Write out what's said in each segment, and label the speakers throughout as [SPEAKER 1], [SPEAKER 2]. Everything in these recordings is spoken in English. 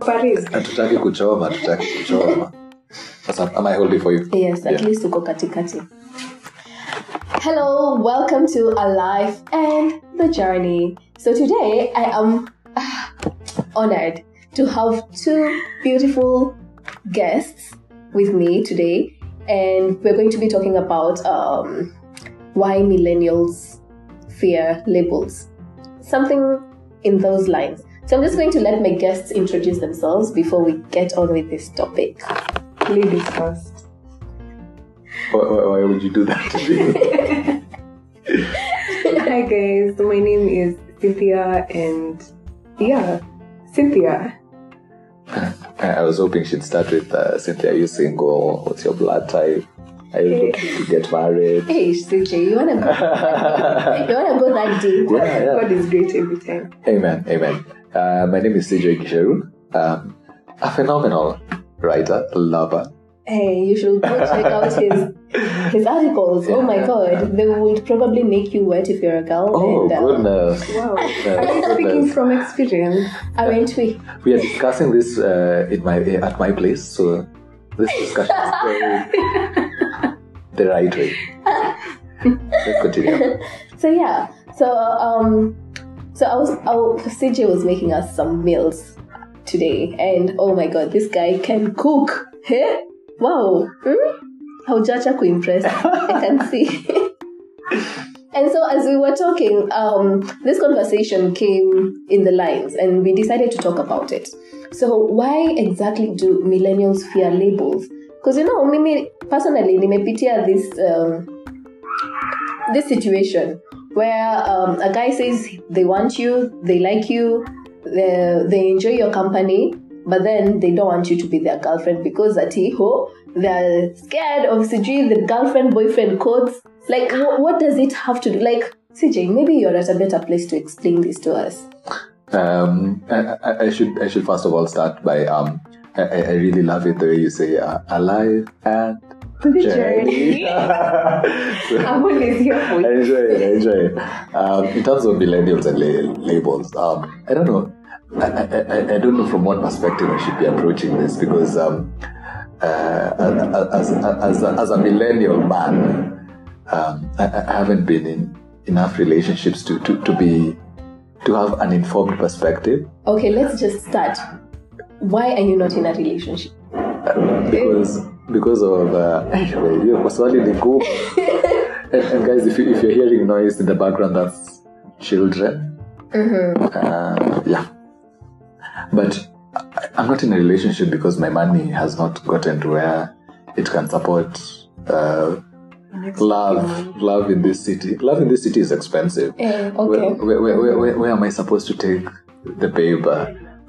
[SPEAKER 1] Paris.
[SPEAKER 2] hatutaki kuchoma hatutaki kuchoma sasa am i holding for you
[SPEAKER 1] yes at
[SPEAKER 2] Yeah.
[SPEAKER 1] least uko katikati hello welcome to alive and the journey so today i am ah, honored to have two beautiful guests with me today and we're going to be talking about um, why millennials fear labels something in those lines so i'm just going to let my guests introduce themselves before we get on with this topic
[SPEAKER 3] Ladies first.
[SPEAKER 2] why, why, why would you do that to me?
[SPEAKER 3] Hi guys, my name is Cynthia and yeah, Cynthia.
[SPEAKER 2] i I was hoping she'd start with uh, cynthia are you single what's your blood type are you looking to get married
[SPEAKER 1] Hey, CJ, you wanna go? you wanna go that deep?
[SPEAKER 2] yeah, yeah.
[SPEAKER 3] God is great every time.
[SPEAKER 2] Amen, amen. Uh, my name is CJ Gisheru. Um, a phenomenal writer, lover.
[SPEAKER 1] Hey, you should go check out his his articles. oh my
[SPEAKER 2] Yeah.
[SPEAKER 1] god, they would probably make you wet if you're a girl.
[SPEAKER 2] Oh
[SPEAKER 1] and, uh,
[SPEAKER 2] goodness!
[SPEAKER 3] Wow.
[SPEAKER 2] Yeah,
[SPEAKER 3] Are you speaking
[SPEAKER 2] goodness.
[SPEAKER 3] from experience?
[SPEAKER 1] aren't we?
[SPEAKER 2] We are discussing this uh, in my at my place, so this discussion is going the right way. Let's continue.
[SPEAKER 1] So yeah, so um, so I was, I was CJ was making us some meals today, and oh my god, this guy can cook. Hey, wow. Hmm? Haujacha kuimpress. I can see. And so, as we were talking, um, this conversation came in the lines, and we decided to talk about it. So, why exactly do millennials fear labels? Because you know, mimi personally, nimepitia this um, this situation where um, a guy says they want you, they like you, they, they enjoy your company, but then they don't want you to be their girlfriend because at ho they're scared of CG, the girlfriend boyfriend codes. Like, wh- what does it have to do? Like, CJ, maybe you're at a better place to explain this to us.
[SPEAKER 2] Um, I, I, I should I should first of all start by um, I, I I really love it the way you say uh, alive and the journey. So-
[SPEAKER 3] I'm always here for
[SPEAKER 2] I
[SPEAKER 3] you.
[SPEAKER 2] enjoy it. I enjoy it. Um, in terms of millennials and la- labels, um, I don't know. I, I, I- I don't know from what perspective I should be approaching this because um, uh, as, as, as, a, as a millennial man, um, I, I haven't been in enough relationships to, to, to be to have an informed perspective
[SPEAKER 1] Okay, let's just start. Why are you not in a relationship?
[SPEAKER 2] because because of uh, hiyo kwa swali ni ngumu. and, and guys if, you, if you're hearing noise in the background that's children uh, yeah but I, i'm not in a relationship because my money has not gotten to where it can support uh, love love in this city love in this city is expensive
[SPEAKER 1] Eh,
[SPEAKER 2] where,
[SPEAKER 1] okay.
[SPEAKER 2] where, where, where, where am i supposed to take the paper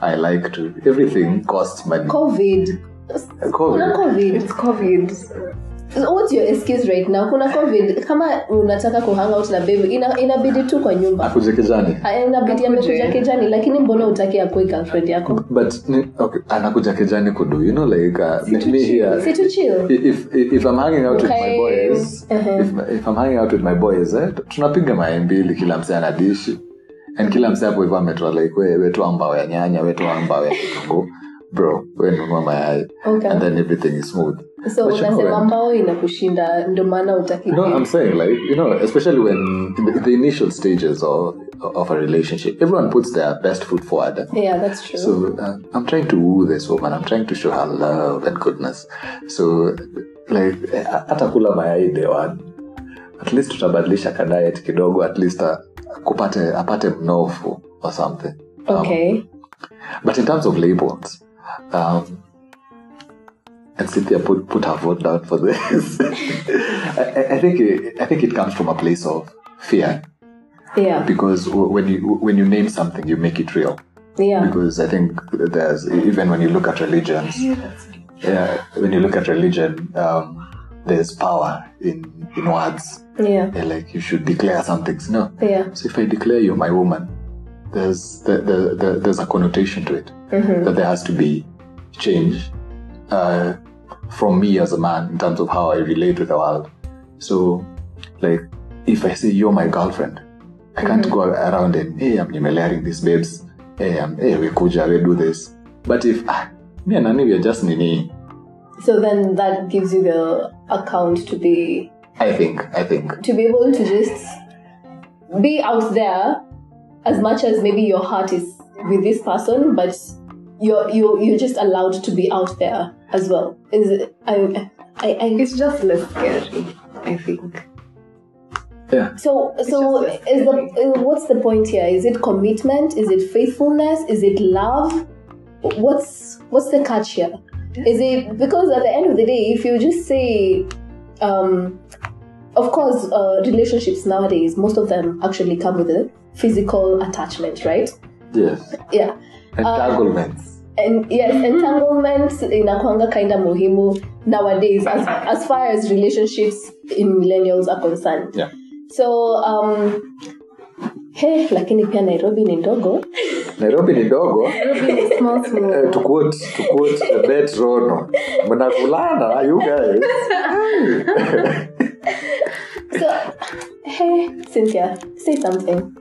[SPEAKER 2] i like to everything costs money
[SPEAKER 1] COVID. Kuna
[SPEAKER 2] COVID.
[SPEAKER 1] COVID.
[SPEAKER 3] It's COVID.
[SPEAKER 1] what's your excuse right now kuna covid kama unataka kuhang out na baby ina, inabidi tu kwa nyumba
[SPEAKER 2] akuje kijani
[SPEAKER 1] Ah, inabidi amekuja kijani lakini mbona utaki akuwe girlfriend yako
[SPEAKER 2] but ni- okay, anakuja kijani kudu you know like uh, me, me here
[SPEAKER 1] si tu chill
[SPEAKER 2] if, if, if i'm hanging out with my
[SPEAKER 1] Okay.
[SPEAKER 2] boys
[SPEAKER 1] Uh-huh.
[SPEAKER 2] if, if i'm hanging out with my boys eh, tunapiga mayai mbili kila msee anadishi and kila msee hapo hivyo ametoa like we wetua mbao ya nyanya wetua mbao ya kitunguu bro we nunua mayai
[SPEAKER 1] Okay.
[SPEAKER 2] and then everything is smooth
[SPEAKER 1] so
[SPEAKER 2] But you know
[SPEAKER 1] unasema
[SPEAKER 2] when-
[SPEAKER 1] mbao inakushinda ndio maana utaki
[SPEAKER 2] No, I'm saying like you know, especially when in the, the initial stages of of a relationship, everyone puts their best foot forward.
[SPEAKER 1] yeah that's true
[SPEAKER 2] So uh, I'm trying to woo this woman. I'm trying to show her love and goodness. So like eh, hata kula mayai day one, at least tutabadilisha ka diet kidogo, at least uh, kupate apate mnofu or something. Um,
[SPEAKER 1] okay
[SPEAKER 2] But in terms of labels, um, and Cynthia put put her vote down for this. I, I- I think it, I think it comes from a place of fear
[SPEAKER 1] yeah
[SPEAKER 2] because w- when you when you name something, you make it real.
[SPEAKER 1] yeah
[SPEAKER 2] Because I think there's even when you look at religions, yeah, when you look at religion, um, there's power in in words.
[SPEAKER 1] yeah
[SPEAKER 2] They're like you should declare something. No,
[SPEAKER 1] yeah
[SPEAKER 2] so if I declare you're my woman, there's there, there, there, there's a connotation to it
[SPEAKER 1] Mhm.
[SPEAKER 2] that there has to be change uh, from me as a man in terms of how I relate with the world. So, like, if I say you're my girlfriend, i can't mm-hmm. go around and hey i'm nimelaring these babes hey, I'm, hey we kuja we do this but if ah, me and nani we are just nini
[SPEAKER 1] So then that gives you the account to be
[SPEAKER 2] i think i think
[SPEAKER 1] to be able to just be out there as much as maybe your heart is with this person, but you're you you're just allowed to be out there as well. Is it- I I, I
[SPEAKER 3] It's just less scary, I think.
[SPEAKER 2] yeah
[SPEAKER 1] so so
[SPEAKER 3] just
[SPEAKER 1] is the uh, what's the point here? Is it commitment? Is it faithfulness? Is it love? What's what's the catch here? Is it because at the end of the day, if you just say, um, of course, uh, relationships nowadays most of them actually come with a physical attachment, right?
[SPEAKER 2] yes
[SPEAKER 1] Yeah.
[SPEAKER 2] entanglements
[SPEAKER 1] and yes entanglement inakwanga kinda muhimu nowadays as, as far as relationships in millennials are concerned
[SPEAKER 2] Yeah.
[SPEAKER 1] so um he lakini pia nairobi ni ndogo
[SPEAKER 2] nairobi ni dogo
[SPEAKER 3] small, small.
[SPEAKER 2] Eh, to quote to quote the bet rono mnakulana you guys
[SPEAKER 1] so he cynthia say something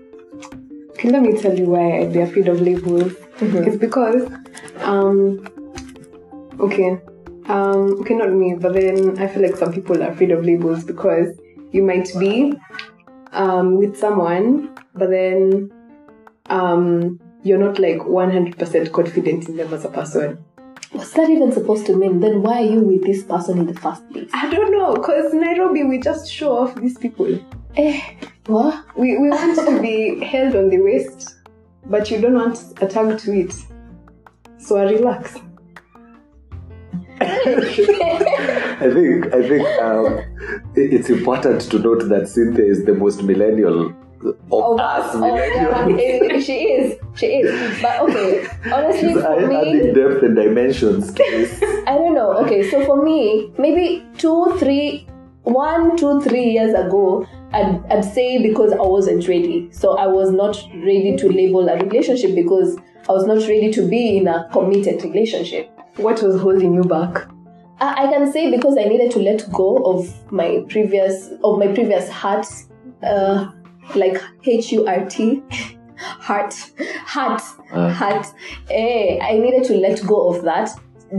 [SPEAKER 3] Okay, let me tell you why I'd be afraid of labels. It's because, um, okay, um, okay, not me, but then I feel like some people are afraid of labels because you might be, um, with someone, but then, um, you're not like 100% confident in them as a person.
[SPEAKER 1] what's that even supposed to mean then why are you with this person in the first place
[SPEAKER 3] I don't know, because Nairobi, we just show off these people.
[SPEAKER 1] eh what
[SPEAKER 3] We, we want to be held on the waist, but you don't want a tag to it. So I relax.
[SPEAKER 2] I think I think um, i- it's important to note that Cynthia is the most millennial of us
[SPEAKER 1] oh,
[SPEAKER 2] millennials.
[SPEAKER 1] yeah, eh, she is she is but okay honestly
[SPEAKER 2] She's
[SPEAKER 1] for
[SPEAKER 2] add-
[SPEAKER 1] me
[SPEAKER 2] adding depth and dimensions to this.
[SPEAKER 1] I don't know. Okay, so for me, maybe two, three, one, two, three years ago, I'd, I'd say because I wasn't ready. So I was not ready to label a relationship because I was not ready to be in a committed relationship.
[SPEAKER 3] What was holding you back?
[SPEAKER 1] I, I can say because I needed to let go of my previous of my previous heart, uh, like H U R T, heart, heart,
[SPEAKER 2] Uh.
[SPEAKER 1] heart. Eh, I needed to let go of that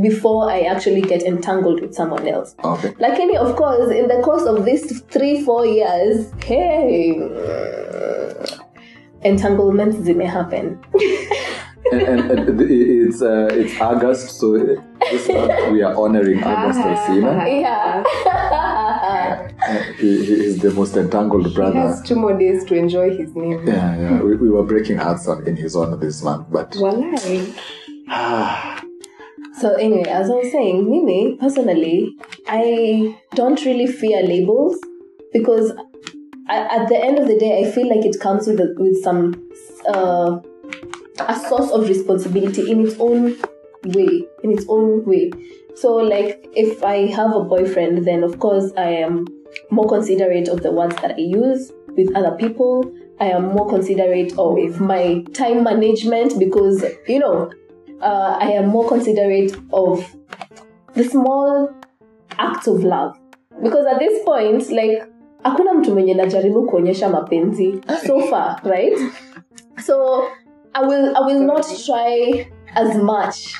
[SPEAKER 1] before I actually get entangled with someone else.
[SPEAKER 2] Okay.
[SPEAKER 1] Lakini, of course, in the course of these three, four years, hey, uh, entanglements may happen.
[SPEAKER 2] And, and, and th- i- it's uh, it's August, so uh, this month we are honoring August Osina.
[SPEAKER 1] Yeah.
[SPEAKER 2] Uh, He, he is the most entangled
[SPEAKER 3] He
[SPEAKER 2] brother.
[SPEAKER 3] has two more days to enjoy his name.
[SPEAKER 2] Yeah, yeah. We, we were breaking hearts on in his honor this month, but
[SPEAKER 3] Walai.
[SPEAKER 1] So anyway, as I was saying, Mimi, personally, I don't really fear labels because I, at the end of the day, I feel like it comes with a, with some uh, a source of responsibility in its own way, in its own way. So like, if I have a boyfriend, then of course I am more considerate of the words that I use with other people. I am more considerate of my time management because you know uh, I am more considerate of the small acts of love because at this point like hakuna mtu mwenye najaribu kuonyesha mapenzi so far right so I will I will not try as much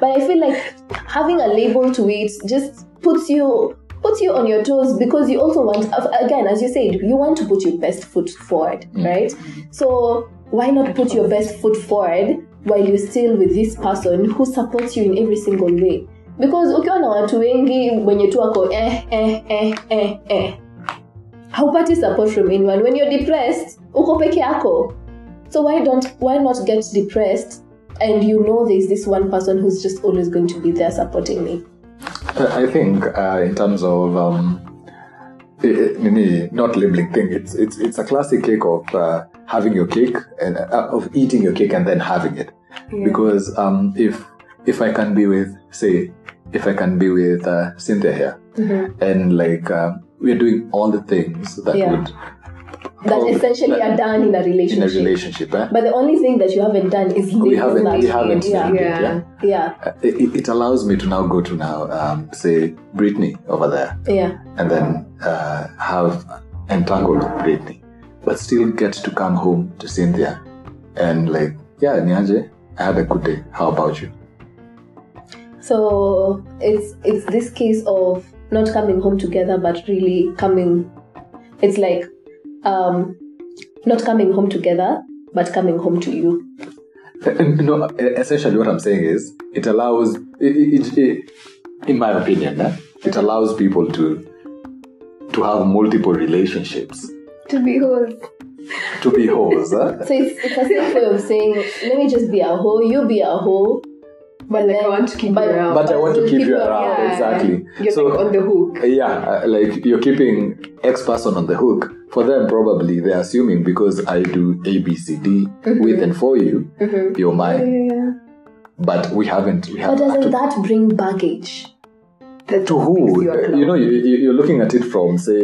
[SPEAKER 1] but I feel like having a label to it just puts you puts you on your toes because you also want again as you said you want to put your best foot forward right so why not put your best foot forward while you're still with this person who supports you in every single way because ukiwa na watu wengi mwenye tu wako eh, eh, eh, eh, eh. haupati support from anyone when you're depressed uko peke yako so why don't why not get depressed and you know there's this one person who's just always going to be there supporting me
[SPEAKER 2] Uh, I think uh, in terms of um, i- i- nini, not labeling thing, it's it's it's a classic cake of uh, having your cake and uh, of eating your cake and then having it, because um, if if I can be with say if I can be with uh, Cynthia here and like um, we're doing all the things that
[SPEAKER 1] Mm-hmm. Yeah.
[SPEAKER 2] would
[SPEAKER 1] that
[SPEAKER 2] Oh,
[SPEAKER 1] essentially
[SPEAKER 2] that-
[SPEAKER 1] are done in a
[SPEAKER 2] in a
[SPEAKER 1] relationship
[SPEAKER 2] relationship, eh?
[SPEAKER 1] but the only thing that you haven't done is
[SPEAKER 2] we
[SPEAKER 1] live
[SPEAKER 2] haven't
[SPEAKER 1] life.
[SPEAKER 2] we haven't
[SPEAKER 1] yeah
[SPEAKER 2] named it,
[SPEAKER 3] Yeah.
[SPEAKER 2] yeah.
[SPEAKER 1] yeah
[SPEAKER 2] Uh, It, it allows me to now go to now um, say Brittany over there.
[SPEAKER 1] yeah
[SPEAKER 2] and then uh, have entangled with Brittany. but still get to come home to Cynthia and like, yeah, Niaje, I had a good day. How about you?
[SPEAKER 1] So it's it's this case of not coming home together, but really coming. It's like um, not coming home together, but coming home to you.
[SPEAKER 2] And, no, essentially what I'm saying is it allows, it, it, it, in my opinion, eh, it allows people to to have multiple relationships,
[SPEAKER 3] To be whole.
[SPEAKER 2] to be hoes. eh?
[SPEAKER 1] So it's, it's a safe way of saying, let me just be a hoe, you be a hoe.
[SPEAKER 3] But like, I want to keep
[SPEAKER 1] But-
[SPEAKER 3] you around.
[SPEAKER 2] But I want to keep you
[SPEAKER 1] People,
[SPEAKER 2] around,
[SPEAKER 3] yeah.
[SPEAKER 2] exactly.
[SPEAKER 3] You're
[SPEAKER 2] so
[SPEAKER 3] like on the hook.
[SPEAKER 2] yeah, uh, like you're keeping X person on the hook. For them, probably they're assuming because I do A, B, C, D
[SPEAKER 1] Mm-hmm.
[SPEAKER 2] with and for you, you're mine.
[SPEAKER 3] Yeah.
[SPEAKER 2] But we haven't. We
[SPEAKER 1] But
[SPEAKER 2] haven't.
[SPEAKER 1] doesn't
[SPEAKER 2] to,
[SPEAKER 1] that bring baggage?
[SPEAKER 3] That
[SPEAKER 2] to
[SPEAKER 3] makes
[SPEAKER 2] who?
[SPEAKER 3] Uh, You,
[SPEAKER 2] You,
[SPEAKER 3] alone.
[SPEAKER 2] know, you, you- you're looking at it from say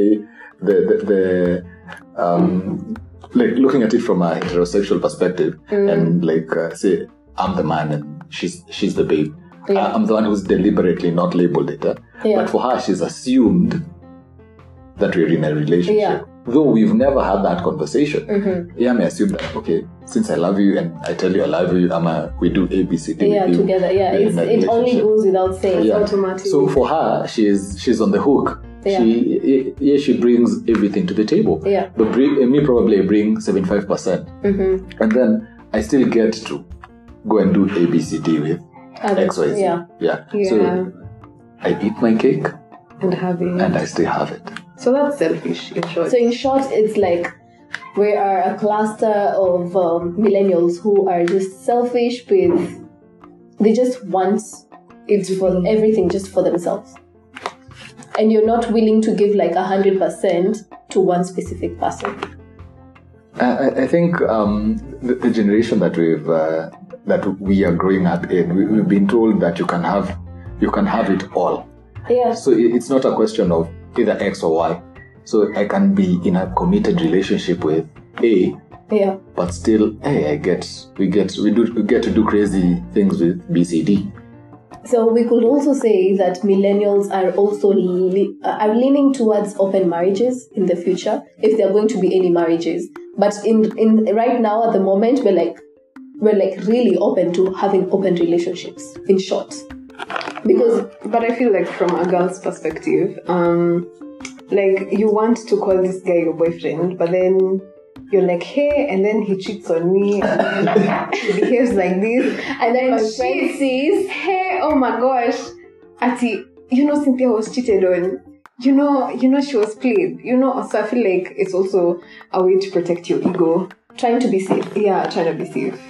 [SPEAKER 2] the the, the um, like looking at it from a heterosexual perspective,
[SPEAKER 1] Mm.
[SPEAKER 2] and like uh, say I'm the man and she's she's the babe.
[SPEAKER 1] Yeah.
[SPEAKER 2] I- I'm the one who's deliberately not labeled it. eh?
[SPEAKER 1] Yeah.
[SPEAKER 2] But for her, she's assumed that we're in a relationship.
[SPEAKER 1] Yeah. Mm-hmm.
[SPEAKER 2] Though we've never had that conversation. Yeah, I may assume that, okay, since I love you and I tell you I love you, I'm a, we do A, B, C, D.
[SPEAKER 1] Yeah,
[SPEAKER 2] with you,
[SPEAKER 1] together. Yeah,
[SPEAKER 2] we're
[SPEAKER 1] it's,
[SPEAKER 2] in a
[SPEAKER 1] it only
[SPEAKER 2] relationship.
[SPEAKER 1] goes without saying.
[SPEAKER 2] Yeah.
[SPEAKER 3] automatic.
[SPEAKER 2] So for her, she's she's on the hook.
[SPEAKER 1] Yeah.
[SPEAKER 2] She y- yeah, she brings everything to the table.
[SPEAKER 1] Yeah.
[SPEAKER 2] But bring, me probably I bring seventy five percent,
[SPEAKER 1] Mm-hmm.
[SPEAKER 2] and then I still get to go and do A B C D with
[SPEAKER 1] Other-
[SPEAKER 2] X Y Z.
[SPEAKER 1] Yeah.
[SPEAKER 2] yeah.
[SPEAKER 3] Yeah.
[SPEAKER 2] So I eat my cake
[SPEAKER 3] and having.
[SPEAKER 2] and I still have it.
[SPEAKER 3] so that's selfish in short.
[SPEAKER 1] So in short, it's like we are a cluster of um, millennials who are just selfish with they just want it for everything just for themselves. And you're not willing to give like a hundred percent to one specific person.
[SPEAKER 2] I, I- I think um, the, the generation that we've uh, that we are growing up in, we, we've been told that you can have you can have it all.
[SPEAKER 1] Yeah.
[SPEAKER 2] So it- it's not a question of either X or Y. So I can be in a committed relationship with A,
[SPEAKER 1] Yeah.
[SPEAKER 2] but still, hey, I get we get we do we get to do crazy things with B, C, D.
[SPEAKER 1] So we could also say that millennials are also le- are leaning towards open marriages in the future, if there are going to be any marriages. But in in right now at the moment, we're like we're like really open to having open relationships. In short, because
[SPEAKER 3] But I feel like from a girl's perspective, um, like you want to call this guy your boyfriend, but then you're like, hey, and then he cheats on me, and then he behaves like this, and then
[SPEAKER 1] My friend
[SPEAKER 3] she sees, hey, oh my gosh, Ati, you know Cynthia was cheated on. You know, you know she was played. You know, so I feel like it's also a way to protect your ego.
[SPEAKER 1] trying to be safe,
[SPEAKER 3] Yeah, trying to be safe.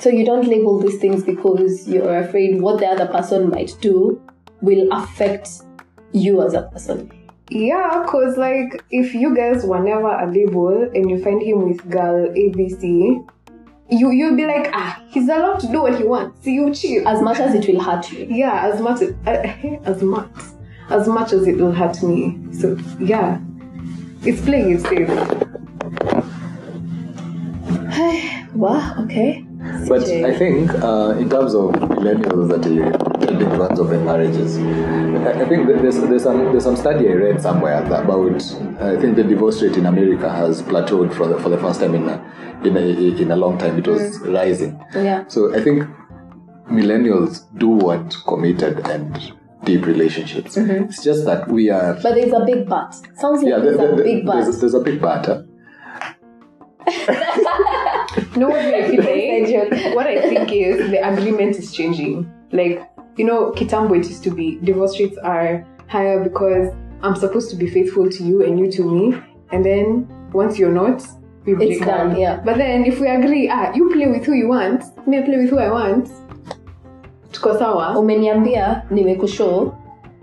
[SPEAKER 1] so you don't label these things because you're afraid what the other person might do will affect you as a person.
[SPEAKER 3] Yeah, cause like if you guys were never a label and you find him with girl ABC, you you'll be like, ah, he's allowed to do what he wants. See you chill.
[SPEAKER 1] As much as it will hurt you.
[SPEAKER 3] yeah, as much as, as much as much as it will hurt me. So yeah, it's playing it safe.
[SPEAKER 1] Wow. Okay.
[SPEAKER 2] But
[SPEAKER 1] CJ.
[SPEAKER 2] I think uh, in terms of millennials that are in terms of their marriages, I I think that there's there's some there's some study I read somewhere that about I think the divorce rate in America has plateaued for the, for the first time in a, in a, in a long time. It was rising.
[SPEAKER 1] Mm. Yeah.
[SPEAKER 2] So I think millennials do want committed and deep relationships. It's just that we are
[SPEAKER 1] But there's a big but. Sounds like
[SPEAKER 2] yeah, there-
[SPEAKER 1] Mm-hmm. there's
[SPEAKER 2] there-
[SPEAKER 1] a big but.
[SPEAKER 2] there's, there's a big but. huh?
[SPEAKER 3] No, what I feel like, what I think is the agreement is changing. Like you know, kitambo it used to be divorce rates are higher because I'm supposed to be faithful to you and you to me, and then once you're not, we break
[SPEAKER 1] It's done,
[SPEAKER 3] up.
[SPEAKER 1] yeah.
[SPEAKER 3] But then if we agree, ah, you play with who you want, me I play with who I want. Tuko sawa.
[SPEAKER 1] umeniambia nimekushow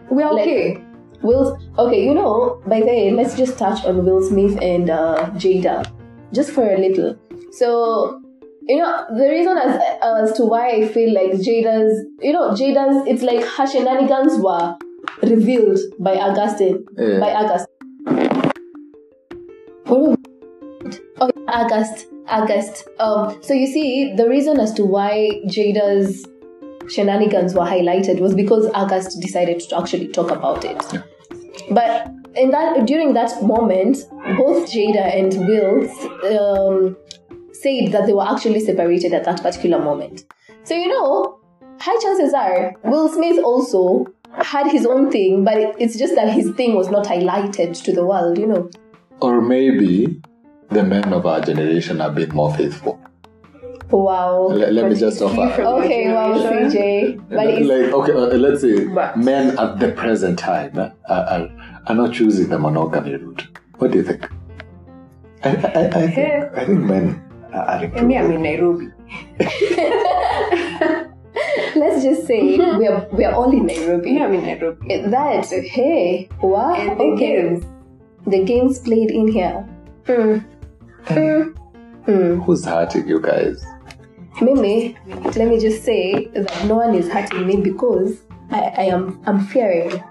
[SPEAKER 3] We are
[SPEAKER 1] Like-
[SPEAKER 3] okay.
[SPEAKER 1] will okay you know by the way let's just touch on will smith and uh, jada just for a little so you know the reason as as to why i feel like jada's you know jada's it's like her shenanigans were revealed by augustine
[SPEAKER 2] Yeah.
[SPEAKER 1] by august what was Oh, August, August. Um, so you see, the reason as to why Jada's shenanigans were highlighted was because August decided to actually talk about it. But in that during that moment, both Jada and Will um, said that they were actually separated at that particular moment. So you know, high chances are Will Smith also had his own thing, but it- it's just that his thing was not highlighted to the world. You know,
[SPEAKER 2] Or maybe the men of our generation have been more faithful.
[SPEAKER 1] wow.
[SPEAKER 2] Let, let me
[SPEAKER 3] But
[SPEAKER 2] just
[SPEAKER 3] you
[SPEAKER 2] offer.
[SPEAKER 3] from-
[SPEAKER 1] Okay, wow,
[SPEAKER 3] Generation.
[SPEAKER 1] CJ. But
[SPEAKER 2] Like,
[SPEAKER 1] it's,
[SPEAKER 2] okay, uh, let's say
[SPEAKER 3] But-
[SPEAKER 2] men at the present time uh, are, are, are not choosing the monogamy route. What do you think? I, I, I, I, think,
[SPEAKER 3] Yeah.
[SPEAKER 2] I think men are, are
[SPEAKER 3] And me, I'm
[SPEAKER 2] improving.
[SPEAKER 3] in Nairobi.
[SPEAKER 1] let's just say we are we are all in Nairobi.
[SPEAKER 3] Me, I'm in Nairobi.
[SPEAKER 1] That hey, wow.
[SPEAKER 3] And the games.
[SPEAKER 1] The games played in here. Hmm. Hmm. Hmm.
[SPEAKER 2] Who's hurting you guys?
[SPEAKER 1] Mimi, let me just say that no one is hurting me because I, I am I'm fearing.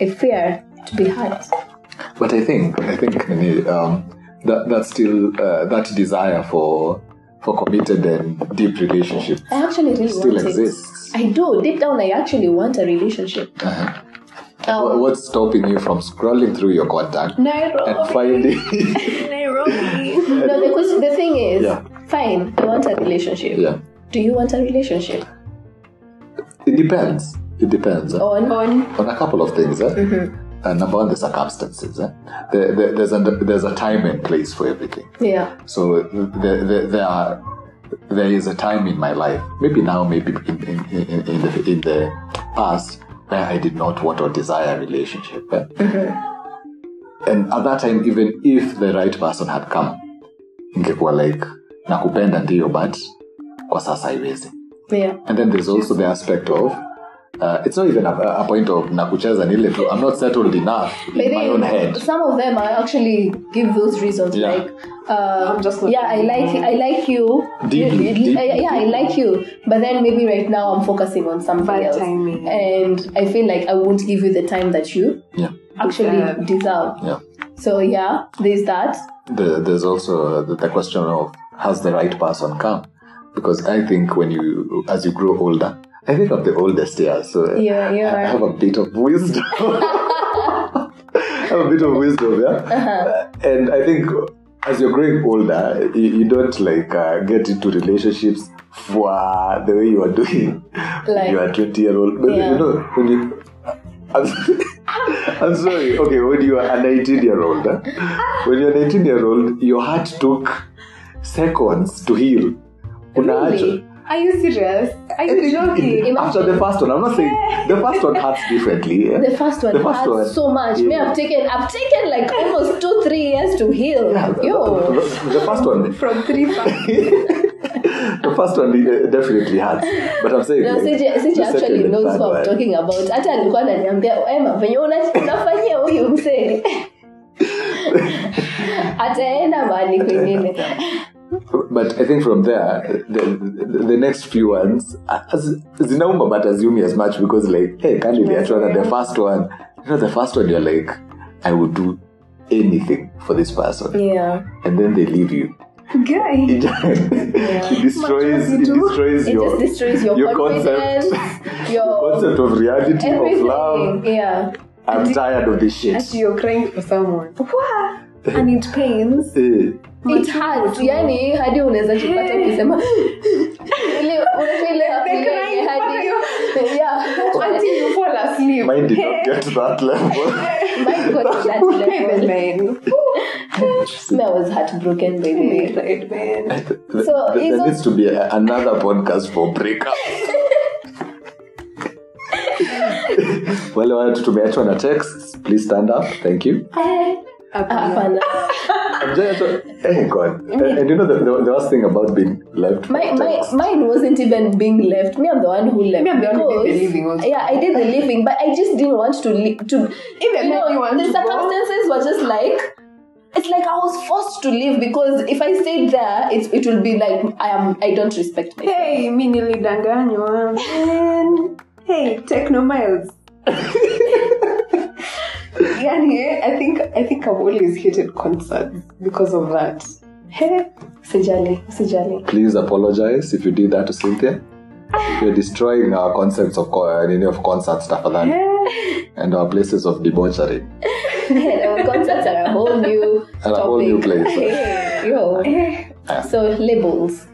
[SPEAKER 1] I fear to be hurt.
[SPEAKER 2] But I think I think Nini, um, that that still uh, that desire for for committed and deep relationship
[SPEAKER 1] I actually really
[SPEAKER 2] still
[SPEAKER 1] want
[SPEAKER 2] exists.
[SPEAKER 1] it. I do. Deep down I actually want a relationship.
[SPEAKER 2] Uh-huh. Wha-
[SPEAKER 1] Um,
[SPEAKER 2] What's stopping you from scrolling through your contact and
[SPEAKER 3] Nairobi.
[SPEAKER 2] finding?
[SPEAKER 3] Nairobi.
[SPEAKER 1] no, the, question, the thing is,
[SPEAKER 2] Yeah.
[SPEAKER 1] fine, I want a relationship.
[SPEAKER 2] yeah,
[SPEAKER 1] Do you want a relationship?
[SPEAKER 2] it depends. It depends. eh?
[SPEAKER 1] On
[SPEAKER 3] On.
[SPEAKER 2] on a couple of things. Eh? Uh, number one, the circumstances. Eh? There, there, there's, a, there's a time and place for everything.
[SPEAKER 1] yeah.
[SPEAKER 2] So there, there, there, are, there is a time in my life, maybe now, maybe in, in, in, in, the, in the past, where I did not want or desire a relationship. eh? And at that time, even if the right person had come, ingekuwa like, nakupenda ndiyo, but kwa sasa haiwezi.
[SPEAKER 1] Yeah.
[SPEAKER 2] And then there's also the aspect of uh, it's not even a, a point of nakucheza nile tu. I'm not settled enough
[SPEAKER 1] But
[SPEAKER 2] in my
[SPEAKER 1] then
[SPEAKER 2] own head.
[SPEAKER 1] Some of them I actually give those reasons
[SPEAKER 2] Yeah.
[SPEAKER 1] like, uh,
[SPEAKER 3] I'm just not-
[SPEAKER 1] yeah, I like I like you.
[SPEAKER 2] Deeply,
[SPEAKER 1] Yeah,
[SPEAKER 2] deeply.
[SPEAKER 1] yeah, I like you, but then maybe right now I'm focusing on something
[SPEAKER 3] Bad
[SPEAKER 1] else,
[SPEAKER 3] timing.
[SPEAKER 1] and I feel like I won't give you the time that you
[SPEAKER 2] Yeah,
[SPEAKER 1] actually
[SPEAKER 3] Deserve.
[SPEAKER 1] deserve.
[SPEAKER 2] yeah.
[SPEAKER 1] So yeah, there's that.
[SPEAKER 2] The, there's also uh, the, the question of has the right person come? Because I think when you as you grow older, I think I'm the oldest here, so uh,
[SPEAKER 1] Yeah, you
[SPEAKER 2] I
[SPEAKER 1] are.
[SPEAKER 2] have a bit of wisdom. I have a bit of wisdom, yeah.
[SPEAKER 1] Uh-huh.
[SPEAKER 2] And I think as you're growing older, you, you don't like uh, get into relationships for the way you are doing.
[SPEAKER 1] Like-
[SPEAKER 2] you are 20 year old. But
[SPEAKER 1] Yeah.
[SPEAKER 2] you know, when you. uh, I'm, I'm sorry. Okay, when you are a 19 year old, huh? when you're a 19 year old, your heart took seconds to heal.
[SPEAKER 1] Really?
[SPEAKER 3] Are you serious? Are
[SPEAKER 2] I
[SPEAKER 3] you
[SPEAKER 2] think
[SPEAKER 3] joking?
[SPEAKER 2] it- After the first one, I'm not saying the first one hurts differently. eh?
[SPEAKER 1] The first one
[SPEAKER 2] The first
[SPEAKER 1] hurt
[SPEAKER 2] one.
[SPEAKER 1] so much. Me,
[SPEAKER 2] Yeah.
[SPEAKER 1] I've taken I've taken like almost two three years to heal.
[SPEAKER 2] Yeah, the-
[SPEAKER 1] Yo.
[SPEAKER 2] the- the first one
[SPEAKER 3] From three fa-
[SPEAKER 2] the first one uh, definitely hurts but i'm saying
[SPEAKER 1] No,
[SPEAKER 2] like,
[SPEAKER 1] CJ,
[SPEAKER 2] the
[SPEAKER 1] CJ
[SPEAKER 2] second
[SPEAKER 1] actually
[SPEAKER 2] and
[SPEAKER 1] knows
[SPEAKER 2] third
[SPEAKER 1] what I'm
[SPEAKER 2] one-
[SPEAKER 1] talking about. Hata alikuwa ananiambia "Oh, Emma, venye una- unafanyia huyu msee ataenda mahali kwingine.
[SPEAKER 2] but i think from there the, the, the next few ones as- zinauma but assume as much because like hey can't you get one the first one you know the first one you're like i would do anything for this person
[SPEAKER 1] Yeah.
[SPEAKER 2] and then they leave you
[SPEAKER 3] Guy.
[SPEAKER 2] it, it destroys it
[SPEAKER 3] Maturity too.
[SPEAKER 2] destroys
[SPEAKER 1] It
[SPEAKER 2] your
[SPEAKER 1] just destroys your,
[SPEAKER 2] your
[SPEAKER 1] confidence,
[SPEAKER 2] your
[SPEAKER 1] your
[SPEAKER 2] concept of reality
[SPEAKER 1] everything.
[SPEAKER 2] of love
[SPEAKER 1] Yeah.
[SPEAKER 2] i'm tired of this shit
[SPEAKER 3] Actually, you're crying for someone. What? And it pains.
[SPEAKER 2] Eh.
[SPEAKER 1] It hurts. Yani hadi unaweza jipata ukisema ile unajua ile
[SPEAKER 3] The crying
[SPEAKER 1] hadi yeah.
[SPEAKER 3] Until you fall asleep.
[SPEAKER 2] Mine did not get to that level.
[SPEAKER 1] Mine got to that
[SPEAKER 3] Even
[SPEAKER 1] level.
[SPEAKER 3] then.
[SPEAKER 1] Me, I was heartbroken by the way.
[SPEAKER 3] Right, man.
[SPEAKER 1] So,
[SPEAKER 2] there, there
[SPEAKER 1] it's
[SPEAKER 2] needs to be a, another podcast for breakup. wale watu tumeachwa na text please stand up thank you
[SPEAKER 1] Hapana.
[SPEAKER 2] I'm just- eh, God. and, and you know the, the, the worst thing about being left
[SPEAKER 1] Mm-hmm. My,
[SPEAKER 2] with
[SPEAKER 1] my,
[SPEAKER 2] text?
[SPEAKER 1] mine wasn't even being left. Me, I'm the one who left.
[SPEAKER 3] Me, I'm the one who did the
[SPEAKER 1] Because-
[SPEAKER 3] leaving also.
[SPEAKER 1] Yeah, I did the leaving, but I just didn't want to leave. To even
[SPEAKER 3] now you want
[SPEAKER 1] the
[SPEAKER 3] to go?
[SPEAKER 1] circumstances were just like it's like I was forced to leave because if I stayed there, it it will be like I am I don't respect myself.
[SPEAKER 3] Hey, mi nilidanganywa man. Hey, Techno Miles. yani, eh, I think I think I've always hated concerts because of that. Hey,
[SPEAKER 1] Sijali, sijali.
[SPEAKER 2] please apologize if you did that to Cynthia you're destroying our concepts of co- uh, any of concert stuff and,
[SPEAKER 3] hey.
[SPEAKER 2] and our places of debauchery
[SPEAKER 1] And our concerts are a whole new
[SPEAKER 2] And a whole new
[SPEAKER 1] topic.
[SPEAKER 2] place.
[SPEAKER 1] Hey, yo. So labels.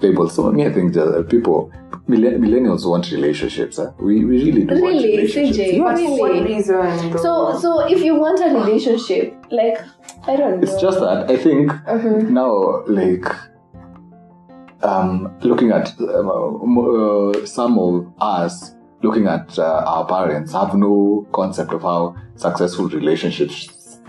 [SPEAKER 2] label. So me, I think that uh, people, millen- millennials want relationships. Huh? We, we really do want
[SPEAKER 1] Really,
[SPEAKER 2] relationships.
[SPEAKER 1] CJ?
[SPEAKER 2] Yeah.
[SPEAKER 3] But
[SPEAKER 1] Really?
[SPEAKER 3] what reason? though?
[SPEAKER 1] So so if you want a relationship, like I don't know.
[SPEAKER 2] It's just that I think now, like, um, looking at um, uh, mo- uh, some of us looking at uh, our parents have no concept of how successful relationships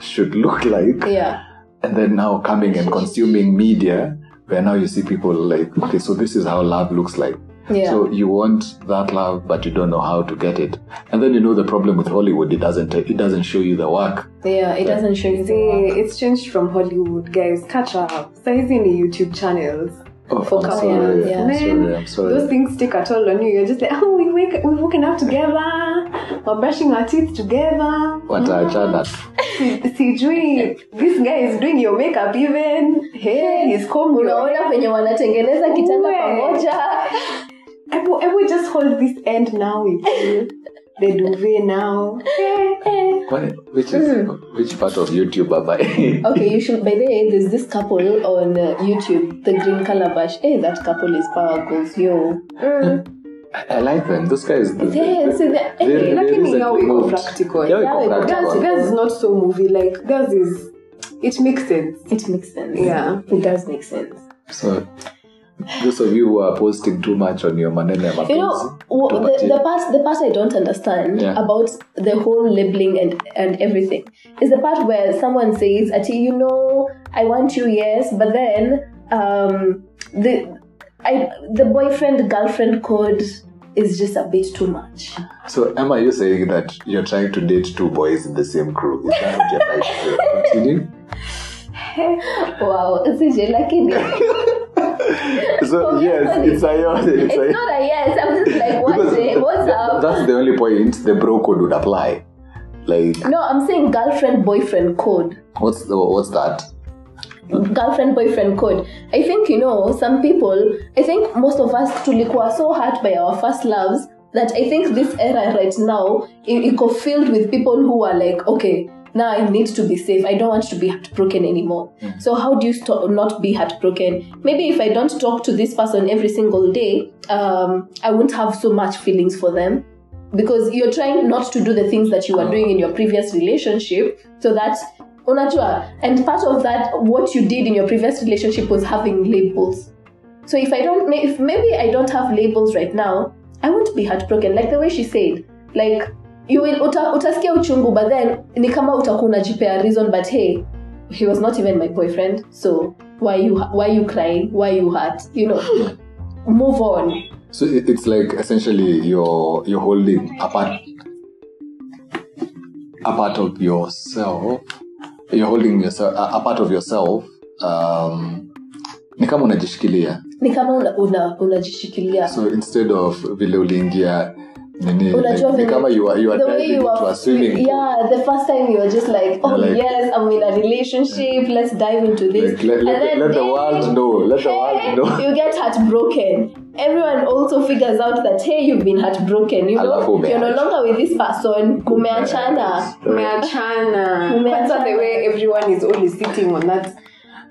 [SPEAKER 2] should look like.
[SPEAKER 1] yeah.
[SPEAKER 2] and then now coming and consuming media where now you see people like okay so this is how love looks like
[SPEAKER 1] Yeah.
[SPEAKER 2] so you want that love but you don't know how to get it and then you know the problem with hollywood it doesn't ta- it doesn't show you the work
[SPEAKER 1] Yeah, it doesn't show you
[SPEAKER 3] See,
[SPEAKER 1] the
[SPEAKER 3] it's changed from Hollywood, guys. Catch up. Size in the YouTube channels.
[SPEAKER 2] oh,
[SPEAKER 1] For
[SPEAKER 2] i'm
[SPEAKER 1] couples,
[SPEAKER 2] sorry
[SPEAKER 1] yeah.
[SPEAKER 2] i'm sorry i'm
[SPEAKER 3] Those
[SPEAKER 2] sorry
[SPEAKER 3] things take a toll on you. You're just like, oh, we wake, we've woken up together. We're brushing our teeth together.
[SPEAKER 2] wataachana tu.
[SPEAKER 3] Sijui, this guy is doing your makeup even. Hey, he's combing your
[SPEAKER 1] unaona penye wanatengeneza kitanda
[SPEAKER 3] Uwe.
[SPEAKER 1] pamoja
[SPEAKER 3] Ebu, ebu just hold this end now with you. the duvet now. Eh, eh.
[SPEAKER 2] Kwani, which is
[SPEAKER 1] Mm.
[SPEAKER 2] which part of youtube am i
[SPEAKER 1] okay you should by the way there's this couple on uh, youtube the green calabash hey that couple is power goals yo
[SPEAKER 2] i like them those guys they,
[SPEAKER 1] yeah, so the,
[SPEAKER 2] they- they
[SPEAKER 3] Lakini now
[SPEAKER 2] recently
[SPEAKER 3] we go
[SPEAKER 2] moved.
[SPEAKER 3] practical.
[SPEAKER 2] Yeah, we
[SPEAKER 1] Now
[SPEAKER 2] go
[SPEAKER 1] we go
[SPEAKER 2] practical.
[SPEAKER 3] Girls, girls is not so movie like. Girls is, it makes sense.
[SPEAKER 1] it makes sense
[SPEAKER 3] Yeah.
[SPEAKER 1] it does make sense
[SPEAKER 2] so those of you who are posting too much on your maneno ya
[SPEAKER 1] you
[SPEAKER 2] mapenzi
[SPEAKER 1] know w-
[SPEAKER 2] too much
[SPEAKER 1] the, the part the part I don't understand
[SPEAKER 2] Yeah.
[SPEAKER 1] about the whole labeling and and everything is the part where someone says, "Ati, you know, I want you, yes, but then um, the I the boyfriend girlfriend code is just a bit too much."
[SPEAKER 2] So, Emma, you're saying that you're trying to date two boys in the same crew. Is that what you're trying to say? Continue.
[SPEAKER 1] Wow, CJ, lakini
[SPEAKER 2] So, yes, it's a yes.
[SPEAKER 1] Oh,
[SPEAKER 2] It's
[SPEAKER 1] it's
[SPEAKER 2] a,
[SPEAKER 1] not a yes. I'm just like, what's it? What's
[SPEAKER 2] that-
[SPEAKER 1] up?
[SPEAKER 2] that's the only point the bro code would apply. Like,
[SPEAKER 1] No, I'm saying girlfriend boyfriend code.
[SPEAKER 2] what's the, what's that?
[SPEAKER 1] girlfriend boyfriend code i think you know some people i think most of us tulikuwa so hurt by our first loves that i think this era right now it got filled with people who are like okay now i need to be safe i don't want to be heartbroken anymore so how do you stop not be heartbroken maybe if i don't talk to this person every single day um, i won't have so much feelings for them because you're trying not to do the things that you were doing in your previous relationship so that unajua and part of that what you did in your previous relationship was having labels so if i don't ma- if maybe i don't have labels right now i won't be heartbroken like the way she said like you will uta, utasikia uchungu but then ni kama utakuwa unajipea reason but hey he was not even my boyfriend so why you why you crying why you hurt you know move on
[SPEAKER 2] So, it, it's like essentially you're, you're holding a part, a part of yourself. You're holding yourself, a, a part of yourself. Um, ni kama unajishikilia
[SPEAKER 1] ni kama una- una- unajishikilia
[SPEAKER 2] so instead of vile uliingia nini
[SPEAKER 1] Unajua
[SPEAKER 2] like, ni
[SPEAKER 1] vile-
[SPEAKER 2] kama you are, you are
[SPEAKER 1] the way
[SPEAKER 2] diving
[SPEAKER 1] you
[SPEAKER 2] into a
[SPEAKER 1] are
[SPEAKER 2] swimming pool.
[SPEAKER 1] yeah the first time you were just like oh
[SPEAKER 2] You're like-
[SPEAKER 1] yes i'm in a relationship let's dive into this
[SPEAKER 2] Like, let, let,
[SPEAKER 1] And then
[SPEAKER 2] let the
[SPEAKER 1] they-
[SPEAKER 2] world know let the
[SPEAKER 1] Hey,
[SPEAKER 2] world know
[SPEAKER 1] you get heartbroken. Everyone also figures out that hey, you've been heartbroken. You
[SPEAKER 2] Alafu
[SPEAKER 1] know,
[SPEAKER 2] umeacha.
[SPEAKER 1] you're no longer with this person. Kumeachana.
[SPEAKER 3] Umeachana.
[SPEAKER 1] Umeachana.
[SPEAKER 3] Kwanza the way everyone is only sitting on that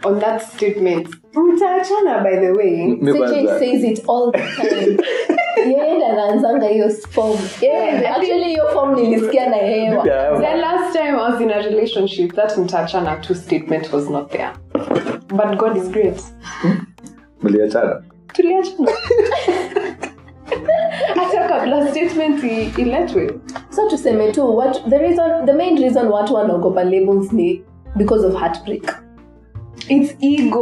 [SPEAKER 3] on that statement. Mtaachana by the way.
[SPEAKER 2] Mi
[SPEAKER 1] CJ
[SPEAKER 2] kwanza-
[SPEAKER 1] says it all the time. yeye anaanzanga hiyo form Yeye- actually hiyo form nilisikia na hewa
[SPEAKER 2] Yeah,
[SPEAKER 3] The last time I was in a relationship, that mtaachana two statement was not there. But God is great.
[SPEAKER 2] mliachana
[SPEAKER 3] Tuliachana. Hata kabla statement i- iletwe.
[SPEAKER 1] so tuseme tu what, the, reason, the main reason watu wanaogopa labels ni because of heartbreak
[SPEAKER 3] It's ego.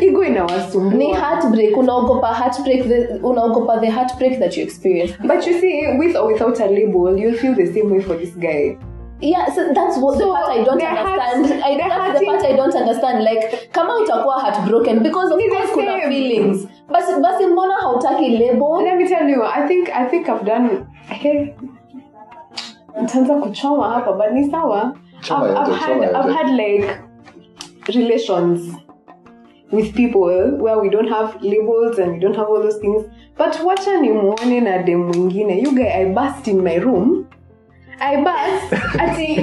[SPEAKER 3] Ego inawasumbua.
[SPEAKER 1] ni heartbreak unaogopa heartbreak the, unaogopa the heartbreak that you experience
[SPEAKER 3] But you see, with or without a label, you'll feel the same way for this guy.
[SPEAKER 1] yeah so that's what the
[SPEAKER 3] So,
[SPEAKER 1] part i don't
[SPEAKER 3] they're
[SPEAKER 1] understand
[SPEAKER 3] hurt-
[SPEAKER 1] I,
[SPEAKER 3] they're
[SPEAKER 1] that's the part i don't understand like kama utakuwa heartbroken because of
[SPEAKER 3] Ni the
[SPEAKER 1] course kuna
[SPEAKER 3] same.
[SPEAKER 1] feelings basi basi mbona hautaki label
[SPEAKER 3] Oh, Let me tell you, I think I think I've done. Hey, nitaanza kuchoma hapa, but ni sawa.
[SPEAKER 2] Choma
[SPEAKER 3] I've,
[SPEAKER 2] yote,
[SPEAKER 3] I've had
[SPEAKER 2] choma yote.
[SPEAKER 3] I've had like relations with people where we don't have labels and we don't have all those things. But wacha ni muone na dem mwingine. You guy, I burst in my room.
[SPEAKER 1] I burst. Ati,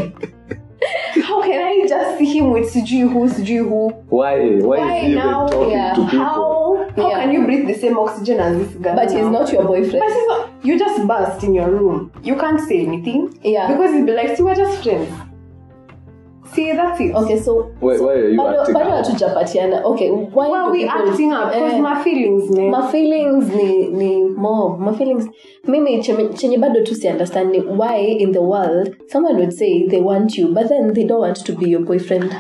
[SPEAKER 1] how can I just see him with sijui who, sijui who?
[SPEAKER 2] Why? Why, is he even talking
[SPEAKER 1] yeah,
[SPEAKER 2] to people?
[SPEAKER 1] how?
[SPEAKER 3] How
[SPEAKER 1] yeah.
[SPEAKER 3] can you breathe the same oxygen as this guy?
[SPEAKER 1] But he's
[SPEAKER 3] now?
[SPEAKER 1] not your boyfriend.
[SPEAKER 3] But he's not. You just burst in your room. You can't say anything.
[SPEAKER 1] Yeah.
[SPEAKER 3] Because he'd be like, see, we're just friends. See, that's it.
[SPEAKER 1] okay, so
[SPEAKER 2] Why, why are you
[SPEAKER 1] bado
[SPEAKER 2] acting?
[SPEAKER 1] bado
[SPEAKER 2] out?
[SPEAKER 1] hatujapatiana. Okay, why
[SPEAKER 3] Why
[SPEAKER 1] do
[SPEAKER 3] are we
[SPEAKER 1] people-
[SPEAKER 3] acting up? Because
[SPEAKER 1] Eh.
[SPEAKER 3] my feelings, man.
[SPEAKER 1] my feelings ni ni mob my feelings mimi chenye chenye bado tu si understanding why in the world someone would say they want you but then they don't want to be your boyfriend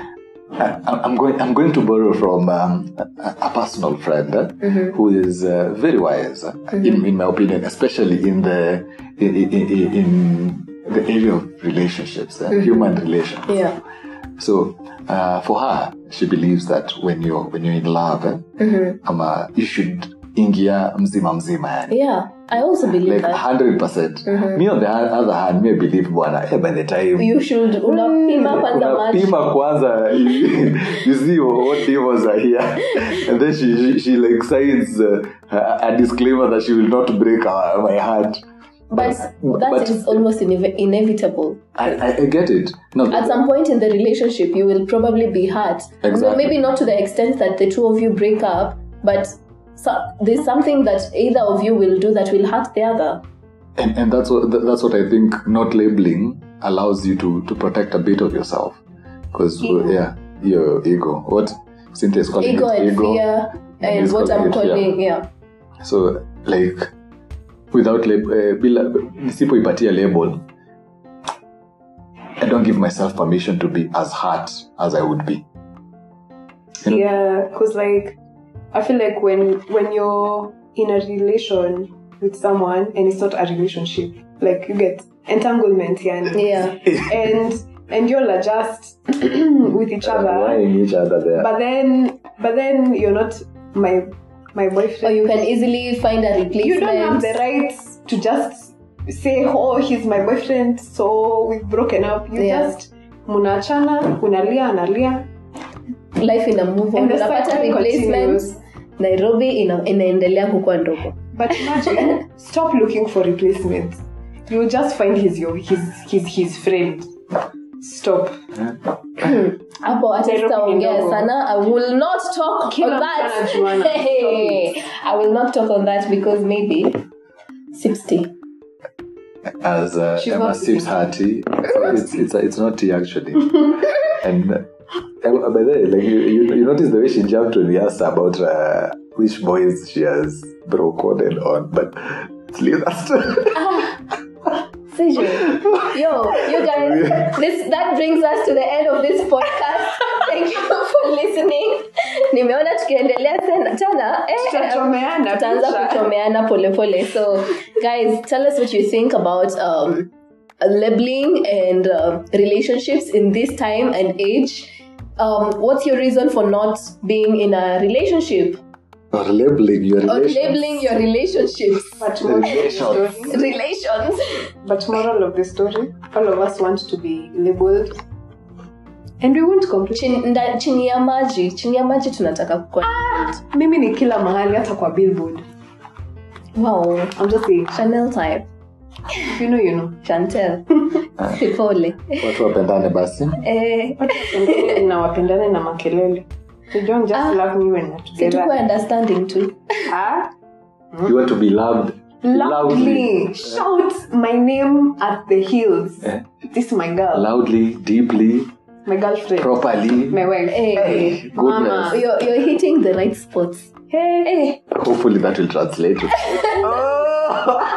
[SPEAKER 2] I- I'm going. I'm going to borrow from um, a, a personal friend eh,
[SPEAKER 1] Mm-hmm.
[SPEAKER 2] who is uh, very wise, eh, in, in my opinion, especially in the in, in- in, in the area of relationships, eh, human relations.
[SPEAKER 1] Mm-hmm. yeah
[SPEAKER 2] So, uh, for her, she believes that when you're when you're in love, eh, ama, you should ingia mzima mzima, yani
[SPEAKER 1] Mm-hmm. yeah Mm-hmm. i also believe
[SPEAKER 2] like
[SPEAKER 1] that
[SPEAKER 2] 100 percent. Me on the ha- other hand, me I believe bwana, eh, by the time
[SPEAKER 1] you should unapima kwanza macho
[SPEAKER 2] Hmm. unapima kwanza you see what devils are here and then she, she, she like signs uh, a a disclaimer that she will not break our, my heart
[SPEAKER 1] but that
[SPEAKER 2] but-
[SPEAKER 1] is almost inev- inevitable
[SPEAKER 2] I, I, I get it no
[SPEAKER 1] at some point in the relationship you will probably be hurt
[SPEAKER 2] Exactly.
[SPEAKER 1] maybe not to the extent that the two of you break up but so, there's something that either of you will do that will hurt the other
[SPEAKER 2] and, and that's what that's what I think not labeling allows you to to protect a bit of yourself because
[SPEAKER 3] Ego.
[SPEAKER 2] yeah your ego what Cynthia is calling
[SPEAKER 1] ego
[SPEAKER 2] it
[SPEAKER 1] and
[SPEAKER 2] ego
[SPEAKER 1] fear
[SPEAKER 2] and
[SPEAKER 1] and
[SPEAKER 2] it's
[SPEAKER 1] what I'm
[SPEAKER 2] called it, yeah.
[SPEAKER 1] calling yeah.
[SPEAKER 2] so like without lab- uh, bila nisipoipatia label i don't give myself permission to be as hurt as i would be You know?
[SPEAKER 3] Yeah, because like I feel like when when you're in a relation with someone and it's not a relationship, like you get entanglement, yeah,
[SPEAKER 1] yeah.
[SPEAKER 3] and and y'all are just with each other,
[SPEAKER 2] Lying each other there
[SPEAKER 3] but then but then you're not my my
[SPEAKER 1] Or
[SPEAKER 3] boyfriend.
[SPEAKER 1] Oh, you can easily find a replacement.
[SPEAKER 3] You don't have the rights to just say, oh, he's my boyfriend, so we've broken up. You
[SPEAKER 1] Yeah.
[SPEAKER 3] just munachana, unalia, analia,
[SPEAKER 1] Life ina move on.
[SPEAKER 3] And the
[SPEAKER 1] Unapata
[SPEAKER 3] cycle
[SPEAKER 1] replacement.
[SPEAKER 3] continues.
[SPEAKER 1] Nairobi ina, inaendelea kukua ndogo.
[SPEAKER 3] But imagine, stop looking for replacements. You'll just find his your his his his friend. Stop.
[SPEAKER 1] Hapo hata
[SPEAKER 3] Nairobi ni
[SPEAKER 1] sitaongea
[SPEAKER 3] ndogo.
[SPEAKER 1] sana. I will not talk
[SPEAKER 3] Kila
[SPEAKER 1] on that.
[SPEAKER 3] mtu anajuana.
[SPEAKER 1] Hey, I will not talk on that because maybe 60.
[SPEAKER 2] as uh,
[SPEAKER 3] She's
[SPEAKER 2] emma
[SPEAKER 3] not
[SPEAKER 2] sips her tea it's, it's, it's not tea actually and uh, Emma- by the way like you, you, you notice the way she jumped when we asked her about uh, which boys she has broken and on but leave that story.
[SPEAKER 1] Siju. Yo, you guys, this that brings us to the end of this podcast. Thank you for listening. Nimeona tukiendelea tena tena eh,
[SPEAKER 3] Tutachomeana
[SPEAKER 1] tutaanza
[SPEAKER 3] picha.
[SPEAKER 1] kuchomeana polepole. So guys, tell us what you think about um, labeling and uh, relationships in this time and age. Um, what's your reason for not being in a relationship
[SPEAKER 2] or labeling your
[SPEAKER 1] or
[SPEAKER 2] relations.
[SPEAKER 1] labeling your relationships?
[SPEAKER 3] But moral of the
[SPEAKER 2] Relations.
[SPEAKER 3] story.
[SPEAKER 1] Relations.
[SPEAKER 3] But moral of the story, all of us want to be labeled, and we won't complain.
[SPEAKER 1] Chin- nda- chini ya maji chini ya maji tunataka kukua
[SPEAKER 3] Mimi ni kila mahali hata kwa billboard.
[SPEAKER 1] wow
[SPEAKER 3] I'm just saying.
[SPEAKER 1] chanel type
[SPEAKER 3] If you know, you know.
[SPEAKER 1] chantel pole
[SPEAKER 2] watu wapendane basi
[SPEAKER 1] eh
[SPEAKER 3] Wapendane na wapendane na makelele. You don't just
[SPEAKER 1] Ah.
[SPEAKER 3] love me when we're together.
[SPEAKER 1] situkuwa understanding tu
[SPEAKER 3] Ah.
[SPEAKER 2] you want to be loved
[SPEAKER 3] Loudly shout my name at the hills.
[SPEAKER 2] Eh.
[SPEAKER 3] This is my girl.
[SPEAKER 2] loudly deeply
[SPEAKER 3] my girlfriend,
[SPEAKER 2] properly
[SPEAKER 3] my wife.
[SPEAKER 1] Eh.
[SPEAKER 3] Hey,
[SPEAKER 2] goodness
[SPEAKER 3] Mama.
[SPEAKER 1] you're, you're hitting the right spots
[SPEAKER 3] Hey.
[SPEAKER 1] eh
[SPEAKER 2] hopefully that will translate to- Oh!